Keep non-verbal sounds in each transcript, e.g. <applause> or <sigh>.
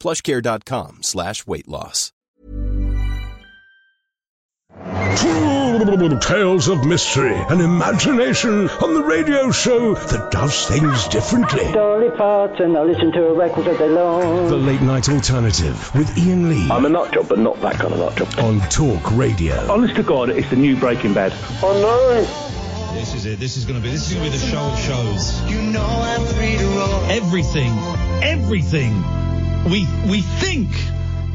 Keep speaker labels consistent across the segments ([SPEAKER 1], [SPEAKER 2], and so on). [SPEAKER 1] plushcare.com slash weight loss.
[SPEAKER 2] Tales of mystery and imagination on the radio show that does things differently.
[SPEAKER 3] Dolly Parton, I listen to her records all day long.
[SPEAKER 2] The Late Night Alternative with Ian Lee
[SPEAKER 4] I'm a nut job, but not that kind of nut job.
[SPEAKER 2] on Talk Radio.
[SPEAKER 4] Honest to God, it's the new Breaking Bad.
[SPEAKER 3] Oh
[SPEAKER 5] This is it. This is gonna be. This is gonna be the show of shows. You know I'm free to roll. Everything, everything. We we think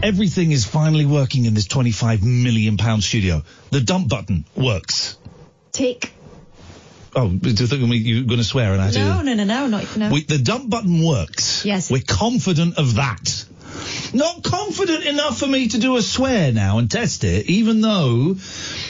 [SPEAKER 5] everything is finally working in this 25 million pound studio. The dump button works.
[SPEAKER 6] Tick.
[SPEAKER 5] Oh, do you think we- you're gonna swear and I had to-
[SPEAKER 6] No, no, no, no, not no.
[SPEAKER 5] Ah, We, the dump button works.
[SPEAKER 6] Yes.
[SPEAKER 5] We're confident of that. Not confident enough for me to do a swear now and test it, even though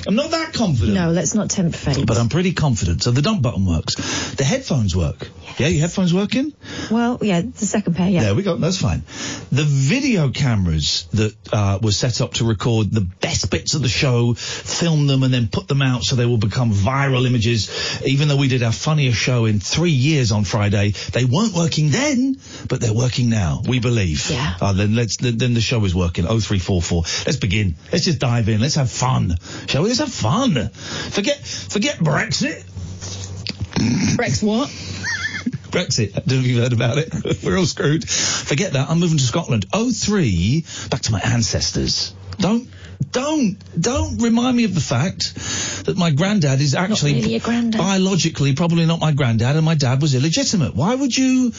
[SPEAKER 5] I'm not that confident.
[SPEAKER 6] no, let's not tempt fate.
[SPEAKER 5] But uh, I'm pretty confident. So the dump button works. The headphones work. Yeah, your headphones working?
[SPEAKER 6] well, yeah, the second pair, yeah.
[SPEAKER 5] There we go. That's fine. The video cameras that uh, were set up to record the best bits of the show, film them, and then put them out so they will become viral images. Even though we did our funniest show in three years on Friday, they weren't working then, but they're working now. We believe.
[SPEAKER 6] Yeah.
[SPEAKER 5] Uh, then let's then, then the show is working. 0344. Let's begin. Let's just dive in. Let's have fun, shall we? Let's have fun. Forget forget Brexit.
[SPEAKER 6] Rex, what?
[SPEAKER 5] Brexit. I don't know if you've heard about it. <laughs> We're all screwed. Forget that. I'm moving to Scotland. 03, back to my ancestors. Don't, don't, don't remind me of the fact that my granddad is actually
[SPEAKER 6] really your granddad.
[SPEAKER 5] biologically probably not my granddad and my dad was illegitimate. Why would you,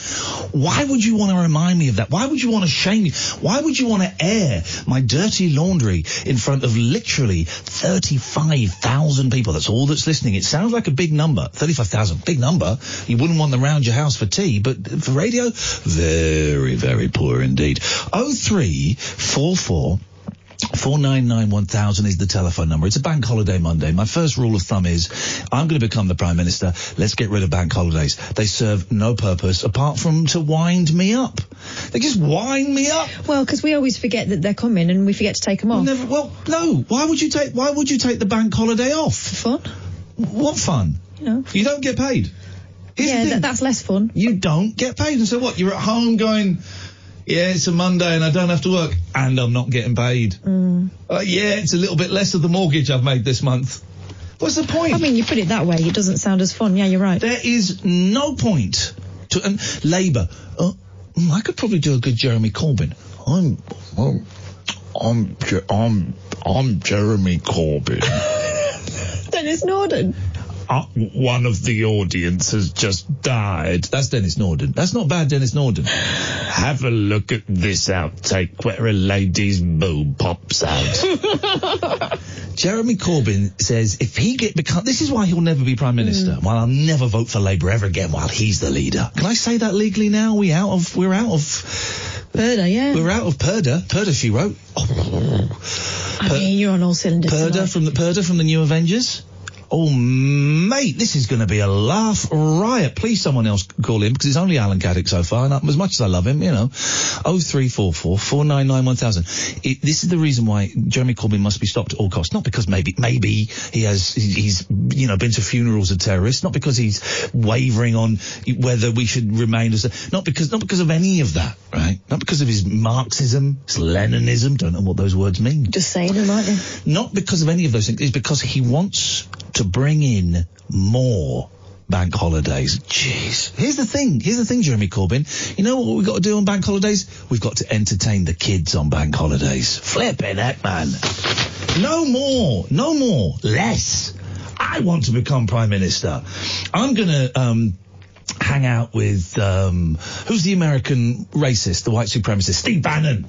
[SPEAKER 5] why would you want to remind me of that? Why would you want to shame me? Why would you want to air my dirty laundry in front of literally 35,000 people? That's all that's listening. It sounds like a big number. 35,000, big number. You wouldn't want them round your house for tea, but for radio, very, very poor indeed. 0344 Four nine nine one thousand is the telephone number. It's a bank holiday Monday. My first rule of thumb is I'm going to become the prime minister. Let's get rid of bank holidays. They serve no purpose apart from to wind me up. They just wind me up.
[SPEAKER 6] Well, because we always forget that they're coming and we forget to take them off.
[SPEAKER 5] Never, well, no. Why would you take Why would you take the bank holiday off?
[SPEAKER 6] Fun?
[SPEAKER 5] What fun?
[SPEAKER 6] You know.
[SPEAKER 5] You don't get paid. Here's the
[SPEAKER 6] Yeah,
[SPEAKER 5] thing.
[SPEAKER 6] that, that's less fun.
[SPEAKER 5] you don't get paid. And so what? You're at home going, yeah, it's a Monday and I don't have to work and I'm not getting paid.
[SPEAKER 6] Mm.
[SPEAKER 5] Uh, yeah, it's a little bit less of the mortgage I've made this month. What's the point?
[SPEAKER 6] I mean, you put it that way, it doesn't sound as fun. Yeah, you're right.
[SPEAKER 5] there is no point to um, Labour. Uh, mm, I could probably do a good Jeremy Corbyn. I'm, I'm, I'm, Je- I'm, I'm Jeremy Corbyn.
[SPEAKER 6] Dennis Norden.
[SPEAKER 5] uh, one of the audience has just died. That's Dennis Norden. That's not bad, Dennis Norden. Have a look at this outtake where a lady's boob pops out. Jeremy Corbyn says if he get become this is why he'll never be prime minister. While I'll never vote for Labour ever again. While he's the leader. Can I say that legally now? We out of we're out of
[SPEAKER 6] Birder, yeah.
[SPEAKER 5] we're out of Perda. Perda, she wrote.
[SPEAKER 6] I mean, you're on all cylinders.
[SPEAKER 5] Perda
[SPEAKER 6] tonight.
[SPEAKER 5] from the Perda from the New Avengers. Oh mate, this is going to be a laugh riot. Please, someone else call him because it's only Alan Caddick so far. And I- as much as I love him, you know, oh three four four four nine nine one thousand. It- This is the reason why Jeremy Corbyn must be stopped at all costs. Not because maybe maybe he has he- he's you know been to funerals of terrorists. Not because he's wavering on whether we should remain as not because not because of any of that, right? Not because of his Marxism, his Leninism. Don't know what those words mean
[SPEAKER 6] Just saying them, aren't you?
[SPEAKER 5] not because of any of those things. It's because he wants to bring in more bank holidays. Jeez. Here's the thing. Here's the thing, Jeremy Corbyn. You know what we've got to do on bank holidays? We've got to entertain the kids on bank holidays. Flipping heck, man. No more. No more. Less. I want to become prime minister. I'm gonna, um, hang out with um, who's the American racist, the white supremacist, Steve Bannon.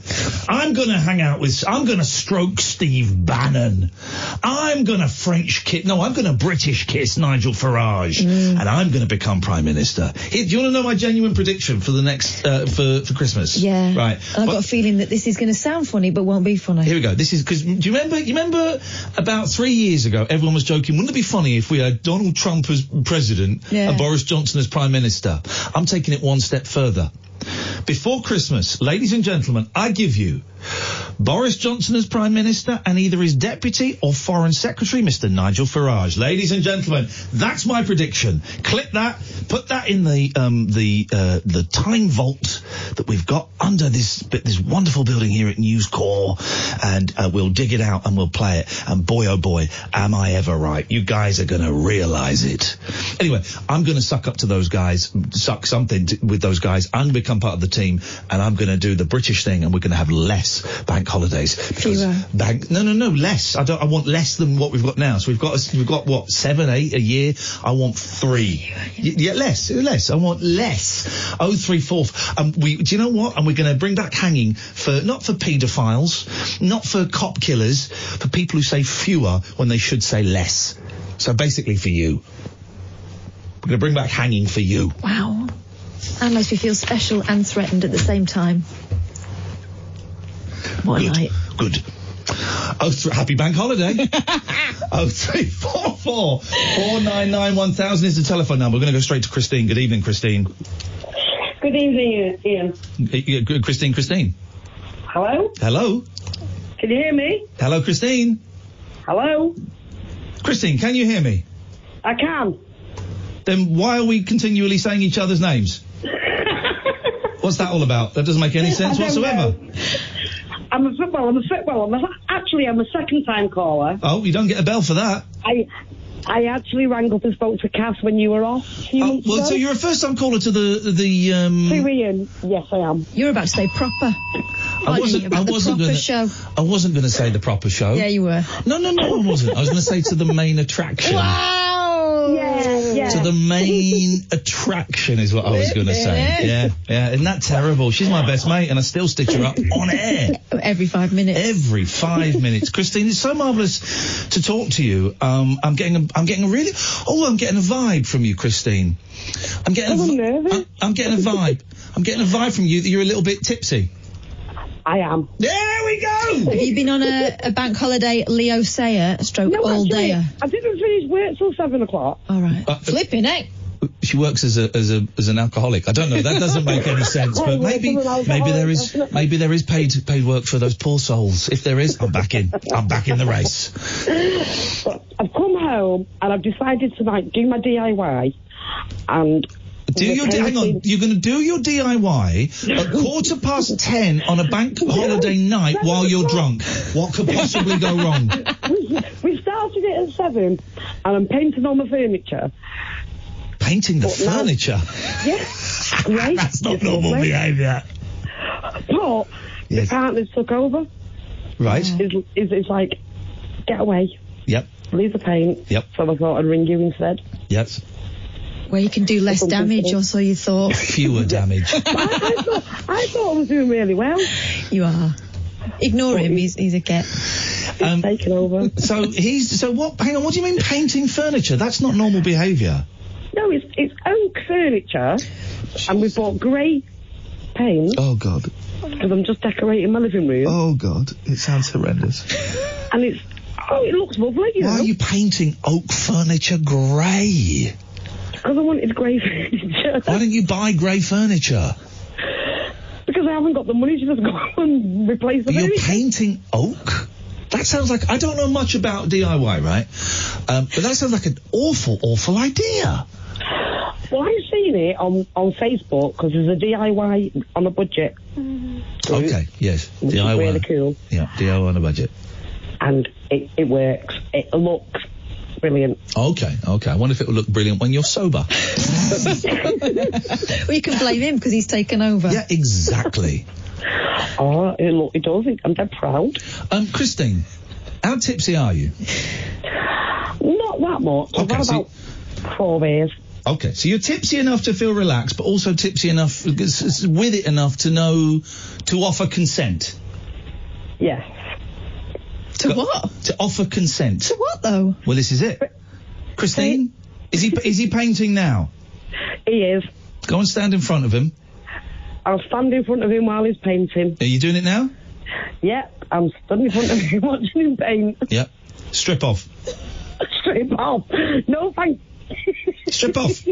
[SPEAKER 5] I'm gonna hang out with. I'm gonna stroke Steve Bannon. I'm gonna French kiss. No, I'm gonna British kiss Nigel Farage,
[SPEAKER 6] Mm.
[SPEAKER 5] and I'm gonna become prime minister. Here, do you want to know my genuine prediction for the next uh, for for Christmas?
[SPEAKER 6] Yeah.
[SPEAKER 5] Right.
[SPEAKER 6] And I've
[SPEAKER 5] But-
[SPEAKER 6] got a feeling that this is going to sound funny, but won't be funny.
[SPEAKER 5] here we go. This is because do you remember? You remember about three years ago, everyone was joking. Wouldn't it be funny if we had Donald Trump as president
[SPEAKER 6] Yeah.
[SPEAKER 5] and Boris Johnson as prime minister? I'm taking it one step further. Before Christmas, ladies and gentlemen, I give you Boris Johnson as prime minister and either his deputy or foreign secretary, Mr. Nigel Farage. Ladies and gentlemen, that's my prediction. Clip that, put that in the um, the uh, the time vault that we've got under this bit- this wonderful building here at News Corps, and uh, we'll dig it out and we'll play it. And boy, oh boy, am I ever right? You guys are going to realise it. Anyway, I'm going to suck up to those guys, suck something to, with those guys, and become part of the team. And I'm going to do the British thing, and we're going to have less bank holidays because
[SPEAKER 6] Fewer.
[SPEAKER 5] bank. No, no, no, less. I don't. I want less than what we've got now. So we've got we've got what seven, eight a year. I want three. Y- Yeah, less, less. I want less. Oh, three fourth. Um, we. Do you know what? And we're going to bring back hanging for not for paedophiles, not for cop killers, for people who say fewer when they should say less. So basically, for you, we're going to bring back hanging for you.
[SPEAKER 6] Wow. That makes me feel special and threatened at the same time. What a
[SPEAKER 5] Good.
[SPEAKER 6] night.
[SPEAKER 5] Good. Oh, th- happy bank holiday. oh, three four four four nine nine one thousand is the telephone number. We're going to go straight to Christine. Good evening, Christine.
[SPEAKER 7] Good evening, Ian.
[SPEAKER 5] Uh, yeah, good- Christine, Christine.
[SPEAKER 7] Hello?
[SPEAKER 5] Hello,
[SPEAKER 7] Can you hear me?
[SPEAKER 5] hello, Christine.
[SPEAKER 7] Hello?
[SPEAKER 5] Christine, can you hear me?
[SPEAKER 7] I can.
[SPEAKER 5] Then why are we continually saying each other's names? What's that all about? That doesn't make any sense
[SPEAKER 7] I don't
[SPEAKER 5] whatsoever.
[SPEAKER 7] I'm a football. I'm a football. I'm a, actually I'm a second time caller.
[SPEAKER 5] Oh, you don't get a bell for that.
[SPEAKER 7] I I actually rang up and spoke to Cass when you were off. a few
[SPEAKER 5] Oh,
[SPEAKER 7] months
[SPEAKER 5] well,
[SPEAKER 7] ago.
[SPEAKER 5] so you're a first-time caller to the the um.
[SPEAKER 7] To Ian. Yes, I am.
[SPEAKER 6] You're about to say proper.
[SPEAKER 5] I
[SPEAKER 6] Pardon
[SPEAKER 5] wasn't.
[SPEAKER 6] me,
[SPEAKER 5] I
[SPEAKER 6] about the
[SPEAKER 5] wasn't
[SPEAKER 6] proper
[SPEAKER 5] gonna,
[SPEAKER 6] show.
[SPEAKER 5] I wasn't going to say the proper show.
[SPEAKER 6] Yeah, you were.
[SPEAKER 5] No, no, no, I wasn't. I was going to say to the main attraction.
[SPEAKER 6] Wow.
[SPEAKER 5] Oh!
[SPEAKER 7] Yeah, yeah.
[SPEAKER 5] To the main attraction is what I was going to say. Yeah, yeah. Isn't that terrible? She's my best mate, and I still stitch her up on air
[SPEAKER 6] Every five minutes.
[SPEAKER 5] every five minutes. Christine, it's so marvelous to talk to you. Um, I'm getting, a, I'm getting a really, oh, I'm getting a vibe from you, Christine. I'm getting,
[SPEAKER 7] I'm
[SPEAKER 5] a, vi-
[SPEAKER 7] nervous.
[SPEAKER 5] I'm, I'm getting a vibe. I'm getting a vibe from you that you're a little bit tipsy.
[SPEAKER 7] I am.
[SPEAKER 5] There we go.
[SPEAKER 6] Have you been on a, a bank holiday, Leo Sayer, stroke all
[SPEAKER 7] actually,
[SPEAKER 6] dayer?
[SPEAKER 7] I didn't finish work till seven o'clock.
[SPEAKER 6] All right.
[SPEAKER 5] Uh,
[SPEAKER 6] Flipping, eh?
[SPEAKER 5] She works as a as a as an alcoholic. I don't know. That doesn't make any sense. But maybe maybe there is maybe there is paid paid work for those poor souls. If there is, I'm back in. I'm back in the race.
[SPEAKER 7] But I've come home and I've decided to like do my DIY. And
[SPEAKER 5] Do your hang on. You're going to do your DIY at quarter past ten on a bank holiday night while you're drunk. What could possibly go wrong?
[SPEAKER 7] we started it at seven, and I'm painting all my
[SPEAKER 5] <laughs>
[SPEAKER 7] furniture.
[SPEAKER 5] Painting the furniture.
[SPEAKER 7] Yeah, great.
[SPEAKER 5] That's not normal behaviour.
[SPEAKER 7] But
[SPEAKER 5] Yes.
[SPEAKER 7] the partner's took over.
[SPEAKER 5] Right.
[SPEAKER 7] Is is it's like get away,
[SPEAKER 5] Yep.
[SPEAKER 7] leave the paint.
[SPEAKER 5] Yep.
[SPEAKER 7] So I thought I'd ring you instead.
[SPEAKER 5] Yep.
[SPEAKER 6] Where you can do less damage, or so you thought.
[SPEAKER 5] Fewer damage.
[SPEAKER 7] I, I thought I thought I was doing really well.
[SPEAKER 6] You are. Ignore him, he's, he's a cat.
[SPEAKER 5] Um,
[SPEAKER 7] Taking
[SPEAKER 5] <laughs>
[SPEAKER 7] over.
[SPEAKER 5] so he's so what? Hang on. What do you mean painting furniture? That's not normal behaviour.
[SPEAKER 7] No, it's it's oak furniture, and we bought grey paint
[SPEAKER 5] Oh God.
[SPEAKER 7] because I'm just decorating my living room,
[SPEAKER 5] Oh God. It sounds horrendous.
[SPEAKER 7] and it's oh, it looks lovely, you
[SPEAKER 5] Why are
[SPEAKER 7] know,
[SPEAKER 5] you painting oak furniture grey?
[SPEAKER 7] because I wanted grey <laughs> furniture.
[SPEAKER 5] Why don't you buy grey furniture?
[SPEAKER 7] Because I haven't got the money to just go <laughs> and replace the
[SPEAKER 5] But you're
[SPEAKER 7] baby.
[SPEAKER 5] painting oak? That sounds like I don't know much about DIY, right? Um, but that sounds like an awful, awful idea.
[SPEAKER 7] Well, I've seen it on, on Facebook because there's a DIY on a budget.
[SPEAKER 5] Okay, yes,
[SPEAKER 7] Which is really cool.
[SPEAKER 5] Yeah, DIY on a budget.
[SPEAKER 7] And it, it works. It looks brilliant.
[SPEAKER 5] Okay, okay. I wonder if it will look brilliant when you're sober.
[SPEAKER 6] well, you can blame him because he's taken over.
[SPEAKER 5] Yeah, exactly.
[SPEAKER 7] Oh, it, look, it does. It, I'm dead proud.
[SPEAKER 5] Um, Christine, how tipsy are you?
[SPEAKER 7] Not that much. I've
[SPEAKER 5] Okay,
[SPEAKER 7] had
[SPEAKER 5] so-
[SPEAKER 7] about four beers.
[SPEAKER 5] Okay, so you're tipsy enough to feel relaxed, but also tipsy enough s- s- with it enough to know to offer consent.
[SPEAKER 7] Yes.
[SPEAKER 6] To what?
[SPEAKER 5] To offer consent. To
[SPEAKER 6] what though?
[SPEAKER 5] Well, this is it. Christine, is he is he painting now?
[SPEAKER 7] He is.
[SPEAKER 5] Go and stand in front of him.
[SPEAKER 7] I'll stand in front of him while he's painting.
[SPEAKER 5] Are you doing it now?
[SPEAKER 7] Yeah, I'm standing in front of him <laughs> watching him paint.
[SPEAKER 5] Yep. Strip off.
[SPEAKER 7] Straight off. No, thank
[SPEAKER 5] Strip
[SPEAKER 6] <laughs>
[SPEAKER 5] off.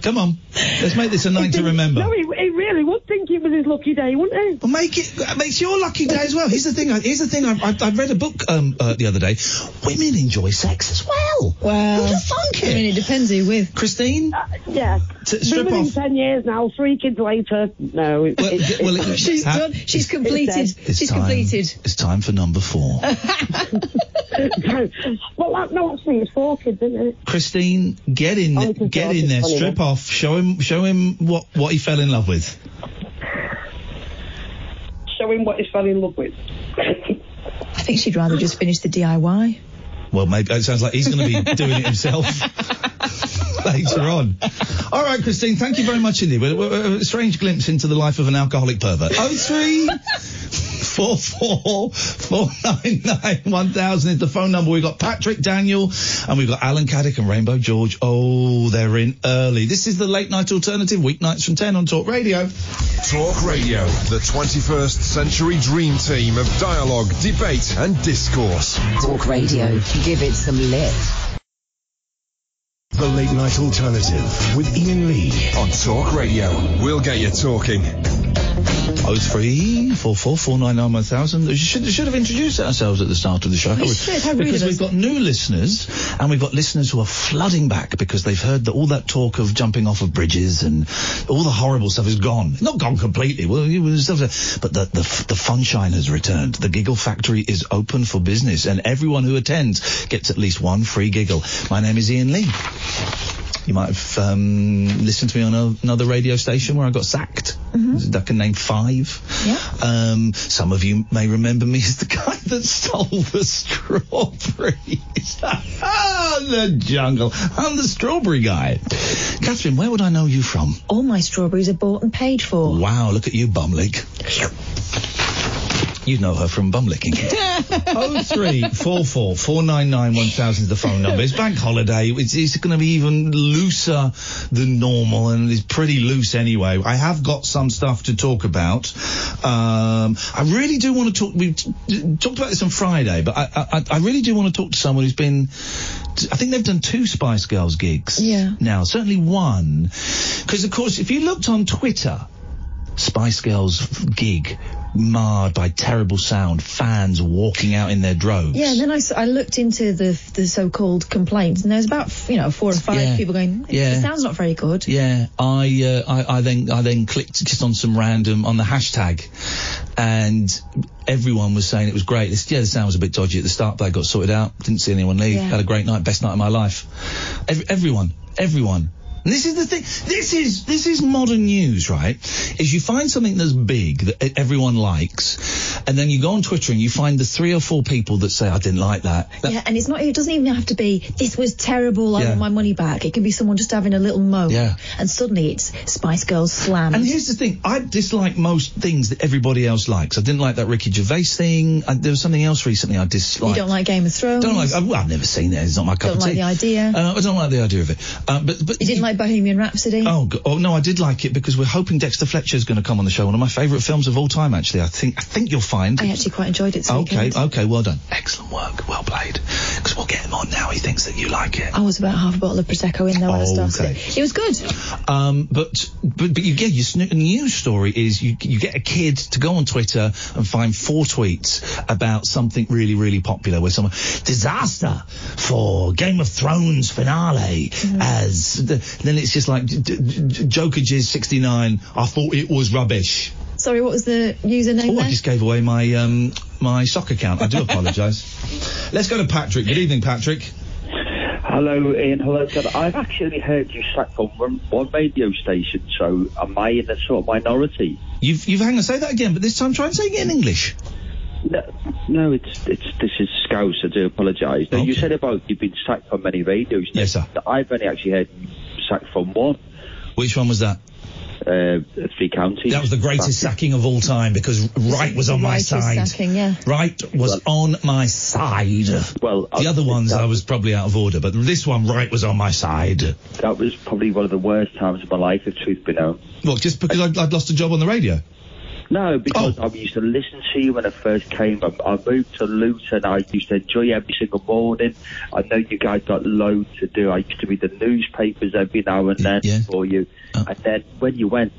[SPEAKER 5] Come on. Let's make this a night to remember.
[SPEAKER 7] No, he, he really would think it was his lucky day, wouldn't he?
[SPEAKER 5] Well, make it that makes your lucky day as well. Here's the thing. I- Here's the thing. I, I, I read a book um, uh, the other day. Women enjoy sex as well.
[SPEAKER 6] Well,
[SPEAKER 5] Who'd have thunk
[SPEAKER 6] I
[SPEAKER 5] it?
[SPEAKER 6] mean, it depends who you're with.
[SPEAKER 5] Christine,
[SPEAKER 7] Yeah.
[SPEAKER 5] T-
[SPEAKER 7] Been
[SPEAKER 5] strip
[SPEAKER 7] with him
[SPEAKER 5] off.
[SPEAKER 7] ten years now, three kids later. No. it-
[SPEAKER 5] Well,
[SPEAKER 7] it-
[SPEAKER 5] well,
[SPEAKER 7] it-
[SPEAKER 5] it-
[SPEAKER 6] She's
[SPEAKER 5] ha-
[SPEAKER 6] done. She's
[SPEAKER 7] dead.
[SPEAKER 6] completed.
[SPEAKER 5] It's
[SPEAKER 6] She's
[SPEAKER 5] time-
[SPEAKER 6] completed.
[SPEAKER 5] It's time for
[SPEAKER 6] <laughs>
[SPEAKER 5] number four.
[SPEAKER 7] well, that, no, actually, it's four kids, isn't it?
[SPEAKER 5] Christine, get in,
[SPEAKER 7] Oh, it's
[SPEAKER 5] get
[SPEAKER 7] okay,
[SPEAKER 5] in there,
[SPEAKER 7] it's funny
[SPEAKER 5] strip
[SPEAKER 7] then.
[SPEAKER 5] off, show him, show him what what he fell in love with.
[SPEAKER 7] Show him what he's fell in love with.
[SPEAKER 6] I think she'd rather just finish the DIY.
[SPEAKER 5] Well, maybe it sounds like he's going to be doing it himself <laughs> later on. All right, Christine, thank you very much indeed. Well, well, A strange glimpse into the life of an alcoholic pervert. Oh three. Four four four nine nine one thousand is the phone number. We've got Patrick Daniel and we've got Alan Caddick and Rainbow George. Oh, they're in early. This is the late night alternative, weeknights from ten on Talk Radio.
[SPEAKER 8] Talk Radio, the 21st century dream team of dialogue, debate, and discourse.
[SPEAKER 9] Talk radio. Give it some lit.
[SPEAKER 8] The Late Night Alternative with Ian Lee on Talk Radio. We'll get you talking.
[SPEAKER 5] Oh three four four four nine nine one thousand. We should should have introduced ourselves at the start of the show.
[SPEAKER 6] We should, how rude
[SPEAKER 5] because
[SPEAKER 6] of us.
[SPEAKER 5] we've got new listeners and we've got listeners who are flooding back because they've heard that all that talk of jumping off of bridges and all the horrible stuff is gone. Not gone completely. Well, it was stuff, but the the f- the funshine has returned. The giggle factory is open for business, and everyone who attends gets at least one free giggle. My name is Ian Lee. You might have um, listened to me on a, another radio station where I got sacked. I can name five. Um, some of you may remember me as the guy that stole the strawberries. <laughs> Ah, the jungle. I'm the strawberry guy. Catherine, where would I know you from?
[SPEAKER 6] All my strawberries are bought and paid for.
[SPEAKER 5] Wow, look at you, bumlick. You know her from bumlicking. Oh three four four four nine nine one thousand is the phone number. It's bank holiday. It's, it's going to be even looser than normal, and it's pretty loose anyway. I have got some stuff to talk about. Um, I really do want to talk. We t- t- talked about this on Friday, but I, I, I really do want to talk to someone who's been. I think they've done two Spice Girls gigs
[SPEAKER 6] Yeah.
[SPEAKER 5] now. Certainly one, because of course, if you looked on Twitter. Spice Girls gig marred by terrible sound, fans walking out in their droves.
[SPEAKER 6] Yeah, and then I, s- I looked into the the so-called complaints, and there's about you know four or five
[SPEAKER 5] Yeah.
[SPEAKER 6] people going, "It
[SPEAKER 5] Yeah.
[SPEAKER 6] sounds not very good."
[SPEAKER 5] Yeah, I, uh, I I then I then clicked just on some random on the hashtag, and everyone was saying it was great. This, yeah, the sound was a bit dodgy at the start, but I got sorted out. Didn't see anyone leave.
[SPEAKER 6] Yeah.
[SPEAKER 5] Had a great night, best night of my life. Ev- everyone, everyone. And this is the thing. This is this is modern news, right? Is you find something that's big that e- everyone likes, and then you go on Twitter and you find the three or four people that say I didn't like that. That-
[SPEAKER 6] Yeah, and it's not. It doesn't even have to be. This was terrible. I
[SPEAKER 5] Yeah.
[SPEAKER 6] want my money back. It can be someone just having a little moan.
[SPEAKER 5] Yeah.
[SPEAKER 6] And suddenly it's Spice Girls slam.
[SPEAKER 5] And here's the thing: I dislike most things that everybody else likes. I didn't like that Ricky Gervais thing. I, there was something else recently I disliked.
[SPEAKER 6] you don't like Game of Thrones.
[SPEAKER 5] Don't like. uh, I, well, I've never seen it. It's not my cup
[SPEAKER 6] Don't
[SPEAKER 5] of
[SPEAKER 6] like
[SPEAKER 5] tea.
[SPEAKER 6] the idea.
[SPEAKER 5] Uh, I don't like the idea of it. Uh, but but
[SPEAKER 6] you didn't like Bohemian Rhapsody.
[SPEAKER 5] Oh, go- oh no, I did like it because we're hoping Dexter Fletcher is going to come on the show. One of my favourite films of all time, actually. I think I think you'll find.
[SPEAKER 6] I actually quite enjoyed it. This
[SPEAKER 5] okay,
[SPEAKER 6] weekend.
[SPEAKER 5] okay, well done. Excellent work. Well played. Because we'll get him on now. He thinks that you like it.
[SPEAKER 6] I was about half a bottle of prosecco in there when I started.
[SPEAKER 5] Oh, Okay.
[SPEAKER 6] It. it was good.
[SPEAKER 5] Um, but but but you get your snoo- news story is you you get a kid to go on Twitter and find four tweets about something really really popular where someone disaster for Game of Thrones finale as the, then it's just like D- D- D- Joker Jizz 69 I thought it was rubbish.
[SPEAKER 6] Sorry, what was the username
[SPEAKER 5] Oh,
[SPEAKER 6] there?
[SPEAKER 5] I just gave away my um my sock account. I do apologise. Let's go to Patrick. Good evening, Patrick.
[SPEAKER 4] Hello, Ian. Hello, Ted. I've actually heard you slack on one, one radio station, so am I in a sort of minority?
[SPEAKER 5] You've you've hang on, say that again, but this time try and say it in English.
[SPEAKER 4] No, no, it's it's this is Scouse. I do apologise. Now, You said about you've been sacked from many radio stations. Yes, sir. I've only actually heard you sacked from one.
[SPEAKER 5] Which one was that?
[SPEAKER 4] Uh, three counties.
[SPEAKER 5] That was the greatest sacking of all time because Wright was on my
[SPEAKER 6] Righteous
[SPEAKER 5] side.
[SPEAKER 6] Sacking, yeah.
[SPEAKER 5] Wright was on my side.
[SPEAKER 4] Well,
[SPEAKER 5] the other ones I was probably out of order, but this one Wright was on my side.
[SPEAKER 4] That was probably one of the worst times of my life, if truth be known.
[SPEAKER 5] Well, just because I'd, I'd lost a job on the radio.
[SPEAKER 4] No, because
[SPEAKER 5] Oh.
[SPEAKER 4] I used to listen to you when I first came. I, I moved to Luton. I used to enjoy you every single morning. I know you guys got loads to do. I used to read the newspapers every now and then for you.
[SPEAKER 5] Oh.
[SPEAKER 4] And then when you went,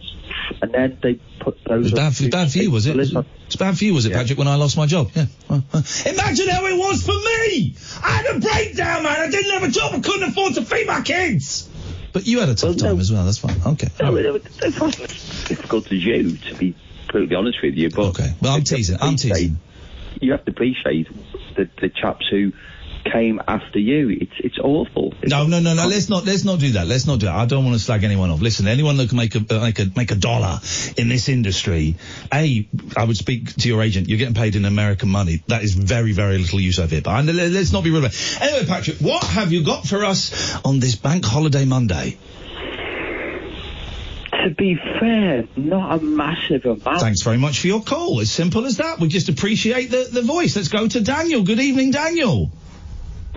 [SPEAKER 4] and then they put
[SPEAKER 5] It was
[SPEAKER 4] those.
[SPEAKER 5] bad for, bad for you, was it? It's bad for you, was it, Patrick? When I lost my job, yeah. Imagine how it was for me. I had a breakdown, man. I didn't have a job. I couldn't afford to feed my kids. But you had a tough time as well. That's fine. Okay.
[SPEAKER 4] No, it, it wasn't as difficult as you, to be completely honest with you. But okay,
[SPEAKER 5] well, I'm teasing. I'm teasing.
[SPEAKER 4] You have to appreciate the, the chaps who came after you. It's it's awful.
[SPEAKER 5] No, no, no, no. Let's not let's not do that. Let's not do that. I don't want to slag anyone off. Listen, anyone that can make a uh, make a make a dollar in this industry, a I would speak to your agent. You're getting paid in American money. That is very very little use of it. But I, let- let's not be rude. about it. Anyway, Patrick, what have you got for us on this Bank Holiday Monday?
[SPEAKER 4] To be fair, not a massive amount.
[SPEAKER 5] Thanks very much for your call. As simple as that. We just appreciate the, the voice. Let's go to Daniel. Good evening, Daniel.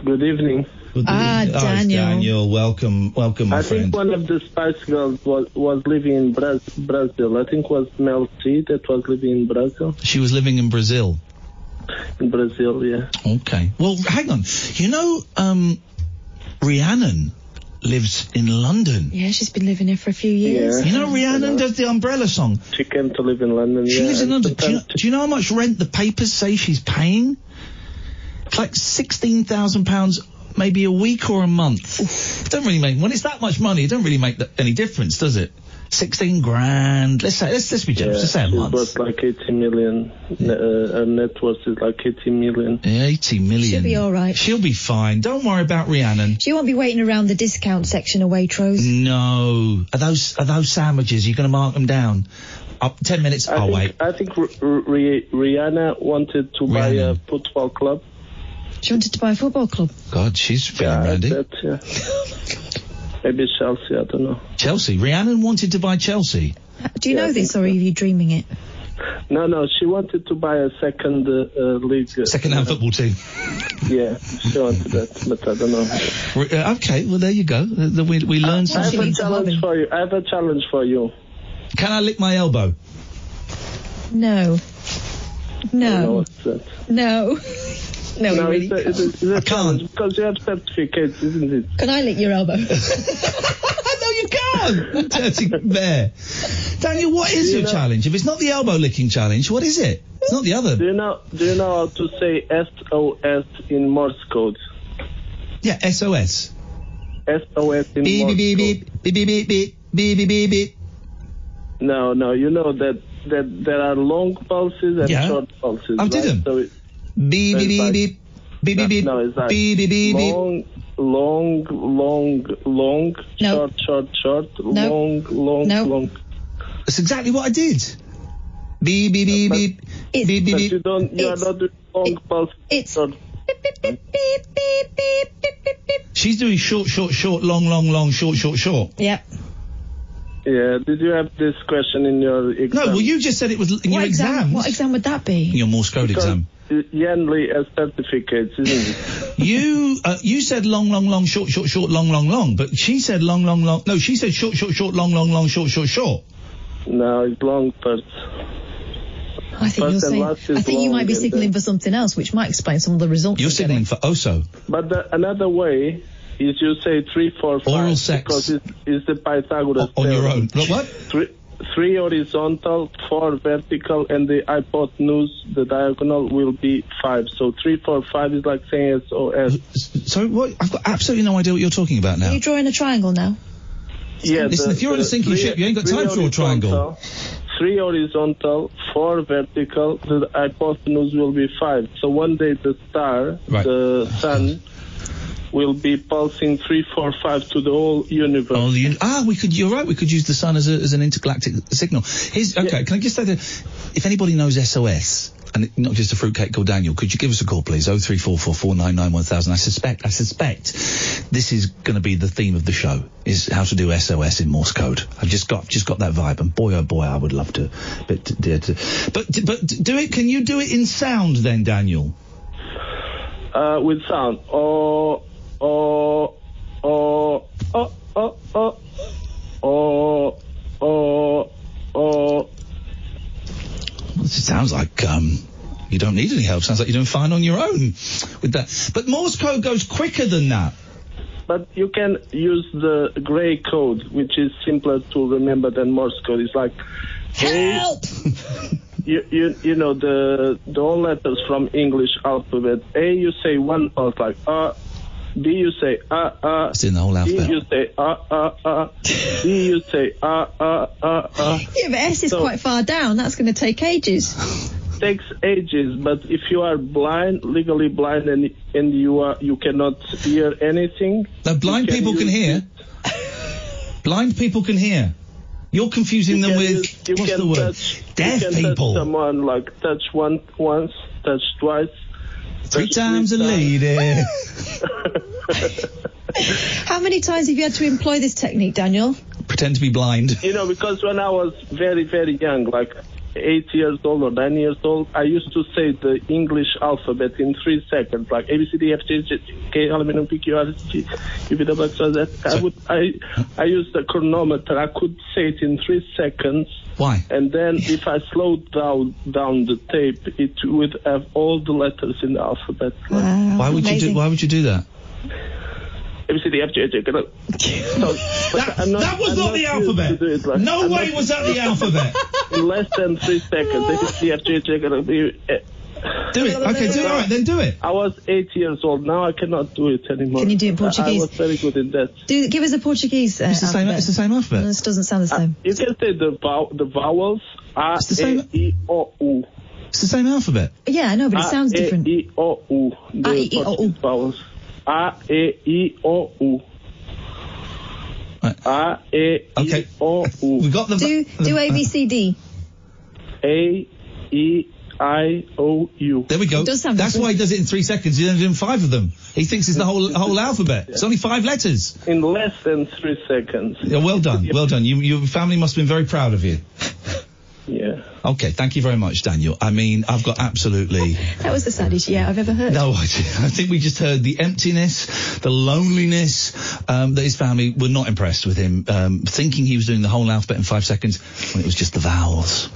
[SPEAKER 10] Good evening.
[SPEAKER 5] Good
[SPEAKER 10] Ah,
[SPEAKER 5] evening. Oh, it's
[SPEAKER 10] Daniel.
[SPEAKER 5] Daniel, welcome, welcome, my
[SPEAKER 10] I
[SPEAKER 5] friend.
[SPEAKER 10] think one of the Spice Girls was, was living in Braz- Brazil. I think was Mel C that was living in Brazil.
[SPEAKER 5] She was living in Brazil.
[SPEAKER 10] In Brazil, yeah.
[SPEAKER 5] Okay. Well, hang on. You know, um, Rhiannon lives in London.
[SPEAKER 6] Yeah, she's been living here for a few years.
[SPEAKER 5] You know, Rhiannon does the Umbrella song.
[SPEAKER 10] She came to live in London.
[SPEAKER 5] She
[SPEAKER 10] yeah,
[SPEAKER 5] lives in
[SPEAKER 10] and
[SPEAKER 5] London. Do you, do you know how much rent the papers say she's paying? It's like sixteen thousand pounds, maybe a week or a month. It don't really make when it's that much money. It don't really make that, any difference, does it? Sixteen grand. Let's say let's let's be generous. Let's say a
[SPEAKER 10] she's
[SPEAKER 5] month.
[SPEAKER 10] worth like 80 million. Uh, her net worth is like 80 million.
[SPEAKER 5] 80 million.
[SPEAKER 6] She'll be all right.
[SPEAKER 5] She'll be fine. Don't worry about Rhiannon.
[SPEAKER 6] She won't be waiting around the discount section of Waitrose.
[SPEAKER 5] Mm. No. Are those are those sandwiches? You're going to mark them down? Up ten minutes.
[SPEAKER 10] I
[SPEAKER 5] I'll
[SPEAKER 10] think,
[SPEAKER 5] Oh, wait.
[SPEAKER 10] I think R- R- Rihanna wanted to buy a football club.
[SPEAKER 6] She wanted to buy a football club.
[SPEAKER 5] God, she's feeling randy.
[SPEAKER 10] That,
[SPEAKER 5] <laughs>
[SPEAKER 10] yeah.
[SPEAKER 5] Oh,
[SPEAKER 10] Maybe Chelsea, I don't know.
[SPEAKER 5] Chelsea. Rhiannon wanted to buy Chelsea.
[SPEAKER 6] Do you know this, or are you dreaming it?
[SPEAKER 10] No, no, she wanted to buy a second uh, uh, league. uh,
[SPEAKER 5] Second-hand football team.
[SPEAKER 10] Yeah, she wanted that, but I don't know.
[SPEAKER 5] Re- uh, Okay, well there you go. Uh, th- We we learned
[SPEAKER 10] I have a
[SPEAKER 5] something.
[SPEAKER 10] challenge for you. I have a challenge for you.
[SPEAKER 5] Can I lick my elbow?
[SPEAKER 6] No. No.
[SPEAKER 10] What's that?
[SPEAKER 6] No. No, you really
[SPEAKER 10] it's a, it's a, it's a challenge because you have certificates, isn't it?
[SPEAKER 6] Can I lick your elbow?
[SPEAKER 5] no, you can't. Dirty bear. Daniel, what is
[SPEAKER 10] You
[SPEAKER 5] your
[SPEAKER 10] know-
[SPEAKER 5] challenge? If it's not the elbow licking challenge, what is it? It's not the other.
[SPEAKER 10] Do you know? Do you know how to say SOS in Morse code?
[SPEAKER 5] Yeah, SOS.
[SPEAKER 10] SOS in
[SPEAKER 5] Beep,
[SPEAKER 10] Morse
[SPEAKER 5] beep, beep,
[SPEAKER 10] code.
[SPEAKER 5] beep, beep, beep, beep, beep, beep, beep, beep.
[SPEAKER 10] No, no. You know that that there are long pulses and
[SPEAKER 5] Yeah.
[SPEAKER 10] short pulses.
[SPEAKER 5] I
[SPEAKER 10] right?
[SPEAKER 5] did 'em.
[SPEAKER 10] So it,
[SPEAKER 5] Beep, beep, beep, beep. Beep, beep, beep.
[SPEAKER 10] No, it's like
[SPEAKER 5] Beep, beep, beep, beep.
[SPEAKER 10] long, long, long, long, short, short, short, long, long, long.
[SPEAKER 5] That's exactly what I did. Beep, beep, beep, beep.
[SPEAKER 6] It's,
[SPEAKER 5] beep, beep,
[SPEAKER 10] but
[SPEAKER 5] beep.
[SPEAKER 10] you don't. You are not doing long pulse.
[SPEAKER 6] It's
[SPEAKER 10] short.
[SPEAKER 5] She's doing short, short, short, long, long, long, short, short, short.
[SPEAKER 6] Yeah.
[SPEAKER 10] Yeah. Did you have this question in your exam?
[SPEAKER 5] No, well, you just said it was in your exams.
[SPEAKER 6] What exam would that be?
[SPEAKER 5] In your Morse code exam.
[SPEAKER 10] Yenley has certificates,
[SPEAKER 5] <laughs>
[SPEAKER 10] isn't it?
[SPEAKER 5] You uh, you said long, long, long, short, short, short, long, long, long, but she said long, long, long. No, she said short, short, short, long, long, long, short, short, short.
[SPEAKER 10] no, it's long first.
[SPEAKER 6] I think you're
[SPEAKER 10] First and
[SPEAKER 6] saying. I
[SPEAKER 10] last is
[SPEAKER 6] think you
[SPEAKER 10] long
[SPEAKER 6] might be
[SPEAKER 10] and
[SPEAKER 6] signalling
[SPEAKER 10] then-
[SPEAKER 6] for something else, which might explain some of the results.
[SPEAKER 5] You're signalling for Oso.
[SPEAKER 10] But the, another way is you say three, four, five.
[SPEAKER 5] Oral sex.
[SPEAKER 10] Because it's, it's the Pythagoras
[SPEAKER 5] on your
[SPEAKER 10] theorem.
[SPEAKER 5] own. Look, what?
[SPEAKER 10] Three, three horizontal, four vertical, and the hypotenuse, the diagonal, will be five. So three, four, five is like saying SOS.
[SPEAKER 5] So what? I've got absolutely no idea what you're talking about
[SPEAKER 6] Are
[SPEAKER 5] now.
[SPEAKER 6] you drawing a triangle now?
[SPEAKER 10] Yeah,
[SPEAKER 5] Listen, if you're on a sinking ship, you ain't got time for a triangle.
[SPEAKER 10] horizontal, Three horizontal, four vertical. The hypotenuse will be five. So one day the star,
[SPEAKER 5] Right.
[SPEAKER 10] the sun, will be pulsing 345 to the whole universe.
[SPEAKER 5] All the un- ah, we could. You're right. We could use the sun as, a, as an intergalactic signal. Here's okay. Can I just say that if anybody knows SOS and it- not just a fruitcake called Daniel, could you give us a call, please? Oh three four four four nine nine one thousand. I suspect. I suspect this is going to be the theme of the show: is how to do SOS in Morse code. I've just got just got that vibe, and boy oh boy, I would love to. But to, to, but but do it. Can you do it in sound then, Daniel?
[SPEAKER 10] uh, with sound. Oh, oh, oh, oh, oh, oh, oh, oh, oh.
[SPEAKER 5] Well, It sounds like um, you don't need any help. Sounds like you're doing fine on your own with that. But Morse code goes quicker than that.
[SPEAKER 10] But you can use the grey code, which is simpler to remember than Morse code. It's like help. You, you you know the the all letters from English alphabet. A you say one pulse like uh B you say uh uh.
[SPEAKER 5] It's in the whole
[SPEAKER 10] D
[SPEAKER 5] alphabet.
[SPEAKER 10] you say uh uh uh. D you say uh uh uh uh.
[SPEAKER 6] Yeah, but S is
[SPEAKER 10] So-
[SPEAKER 6] quite far down. That's going to take ages.
[SPEAKER 10] takes ages, but if you are blind, legally blind, and and you are you cannot hear anything.
[SPEAKER 5] No, blind
[SPEAKER 10] you
[SPEAKER 5] people can
[SPEAKER 10] use-
[SPEAKER 5] hear. blind people can hear. You're confusing them with
[SPEAKER 10] You
[SPEAKER 5] what's
[SPEAKER 10] can
[SPEAKER 5] the word?
[SPEAKER 10] touch.
[SPEAKER 5] Deaf
[SPEAKER 10] you can
[SPEAKER 5] people.
[SPEAKER 10] Touch someone like touch one once, touch twice.
[SPEAKER 5] Three times
[SPEAKER 10] <laughs>
[SPEAKER 5] a lady.
[SPEAKER 6] How many times have you had to employ this technique, Daniel?
[SPEAKER 5] Pretend to be blind.
[SPEAKER 10] You know, because when I was very very young, like eight years old or nine years old, I used to say the English alphabet in three seconds, like A B C D F G H I, K L M N O P Q R S T U V W X Y Z. I would I I used a chronometer. I could say it in three seconds.
[SPEAKER 5] Why?
[SPEAKER 10] And then if I slowed down down the tape, it would have all the letters in the alphabet.
[SPEAKER 5] why would you do? Why would you do that?
[SPEAKER 10] A B C D F G H I K <laughs> L. So, but I'm not-
[SPEAKER 5] that was
[SPEAKER 10] I'm
[SPEAKER 5] not the
[SPEAKER 10] used
[SPEAKER 5] alphabet.
[SPEAKER 10] to do it like-
[SPEAKER 5] No
[SPEAKER 10] I'm
[SPEAKER 5] way
[SPEAKER 10] not-
[SPEAKER 5] was that the alphabet.
[SPEAKER 10] in less than three seconds. If it's the FJ check, it'll be.
[SPEAKER 5] Do
[SPEAKER 10] <laughs>
[SPEAKER 5] it. Okay, do it. All right, then do it.
[SPEAKER 10] I was eight years old. Now I cannot do it anymore.
[SPEAKER 6] Can you do it in
[SPEAKER 10] I-
[SPEAKER 6] Portuguese?
[SPEAKER 10] I was very good in that.
[SPEAKER 6] Do give us a Portuguese. Uh,
[SPEAKER 10] It's the same-
[SPEAKER 6] alphabet.
[SPEAKER 10] it's the same alphabet. Uh,
[SPEAKER 6] No, This doesn't sound the same.
[SPEAKER 10] You can say the vow, the vowels R A
[SPEAKER 6] the same-
[SPEAKER 10] E O U.
[SPEAKER 5] It's the same alphabet.
[SPEAKER 6] yeah, I know, but it sounds different.
[SPEAKER 10] A E O U.
[SPEAKER 6] A,
[SPEAKER 10] The
[SPEAKER 6] E, O, U.
[SPEAKER 10] Portuguese vowels. A E E O U. A E E O U. We
[SPEAKER 5] got the
[SPEAKER 6] do do A B C D.
[SPEAKER 10] A E I O U.
[SPEAKER 5] There we go.
[SPEAKER 6] It does sound
[SPEAKER 5] That's
[SPEAKER 6] different.
[SPEAKER 5] why he does it in three seconds. He's only doing five of them. He thinks it's the whole whole alphabet. It's only five letters.
[SPEAKER 10] In less than three seconds.
[SPEAKER 5] Yeah, well done. Well done. You, your family must have been very proud of you.
[SPEAKER 10] Yeah.
[SPEAKER 5] Okay, thank you very much, Daniel. I mean, I've got absolutely.
[SPEAKER 6] That was the saddest yeah I've ever heard.
[SPEAKER 5] <laughs> No, I, I think we just heard the emptiness, the loneliness um, that his family were not impressed with him, um, thinking he was doing the whole alphabet in five seconds when it was just the vowels.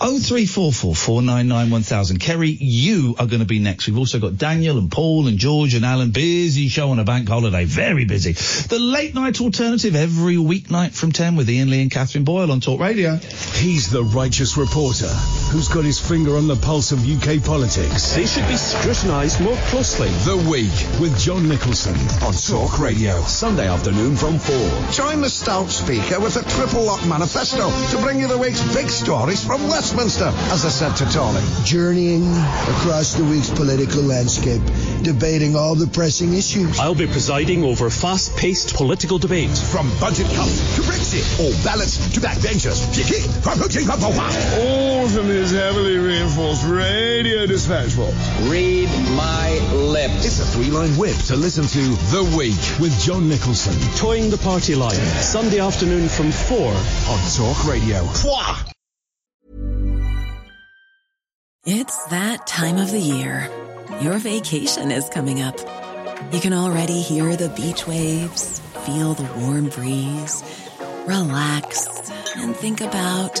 [SPEAKER 5] Oh three four four four nine nine one thousand. Kerry, you are going to be next. We've also got Daniel and Paul and George and Alan. Busy show on a bank holiday, very busy. The late night alternative every weeknight from ten with Ian Lee and Catherine Boyle on Talk Radio.
[SPEAKER 8] He's the righteous reporter who's got his finger on the pulse of UK politics. They should be scrutinised more closely. The Week with John Nicholson on Talk Radio, Sunday afternoon from 4.
[SPEAKER 11] Join the stout speaker with the Triple Lock Manifesto to bring you the week's big stories from Westminster, as I said to Tony.
[SPEAKER 12] journeying across the week's political landscape, debating all the pressing issues.
[SPEAKER 13] I'll be presiding over fast paced political debate.
[SPEAKER 11] From budget cuts to Brexit, all ballots to backbenchers.
[SPEAKER 8] All from this heavily reinforced radio dispatch box. Read my lips. It's a three-line whip to listen to The Week with John Nicholson.
[SPEAKER 13] Toying the party line, Sunday afternoon from 4 on Talk Radio.
[SPEAKER 14] It's that time of the year. Your vacation is coming up. You can already hear the beach waves, feel the warm breeze, relax, and think about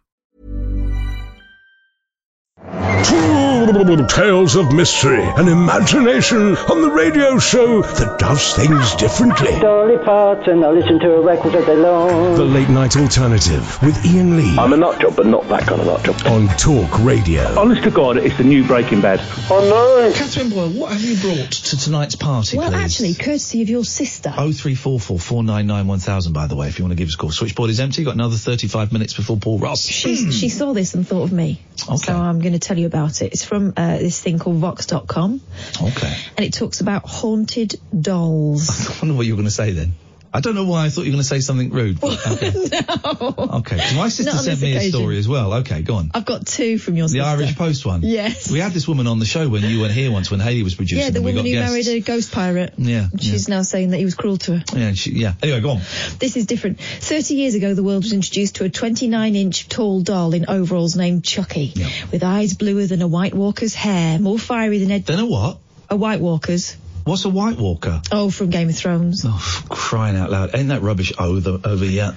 [SPEAKER 2] Tales of mystery and imagination on the radio show that does things differently.
[SPEAKER 3] Dolly Parton, I listen to a record all day long.
[SPEAKER 8] The Late Night Alternative with Ian Lee. I'm
[SPEAKER 15] a nut job, but not that kind of nut job.
[SPEAKER 8] On Talk Radio.
[SPEAKER 15] Honest to God, it's the new Breaking Bad.
[SPEAKER 3] Oh
[SPEAKER 5] Catherine Boyle, what have you brought to tonight's party,
[SPEAKER 6] Well,
[SPEAKER 5] please? Oh,
[SPEAKER 6] actually, courtesy of your sister.
[SPEAKER 5] 0344 499 1000, by the way, if you want to give us a call. Switchboard is empty. Got another 35 minutes before Paul Ross.
[SPEAKER 6] She, she saw this and thought of me. So I'm going to tell you about it. It's from uh, this thing called Vox.com.
[SPEAKER 5] Okay.
[SPEAKER 6] And it talks about haunted dolls.
[SPEAKER 5] <laughs> I wonder what you were going to say then. I don't know why I thought you were going to say something rude.
[SPEAKER 6] <laughs>
[SPEAKER 5] But okay. Okay. 'cause My sister
[SPEAKER 6] Not on
[SPEAKER 5] sent
[SPEAKER 6] this
[SPEAKER 5] me a
[SPEAKER 6] occasion.
[SPEAKER 5] story as well. Okay, go on.
[SPEAKER 6] I've got two from your
[SPEAKER 5] the
[SPEAKER 6] sister.
[SPEAKER 5] Irish Post one.
[SPEAKER 6] Yes.
[SPEAKER 5] We had this woman on the show when you weren't here once when Haley was producing.
[SPEAKER 6] yeah, the
[SPEAKER 5] and we
[SPEAKER 6] woman
[SPEAKER 5] got
[SPEAKER 6] who
[SPEAKER 5] guests.
[SPEAKER 6] married a ghost pirate.
[SPEAKER 5] Yeah.
[SPEAKER 6] She's now saying that he was cruel to her.
[SPEAKER 5] yeah. Yeah, she, yeah. Anyway, go on.
[SPEAKER 6] This is different. 30 years ago, the world was introduced to a 29 inch tall doll in overalls named Chucky, with eyes bluer than a White Walker's hair, more fiery than Ed.
[SPEAKER 5] Then a what?
[SPEAKER 6] A White Walker's.
[SPEAKER 5] What's a White Walker? Oh,
[SPEAKER 6] Oh, from Game of Thrones.
[SPEAKER 5] Crying out loud. Ain't that rubbish over, over yet?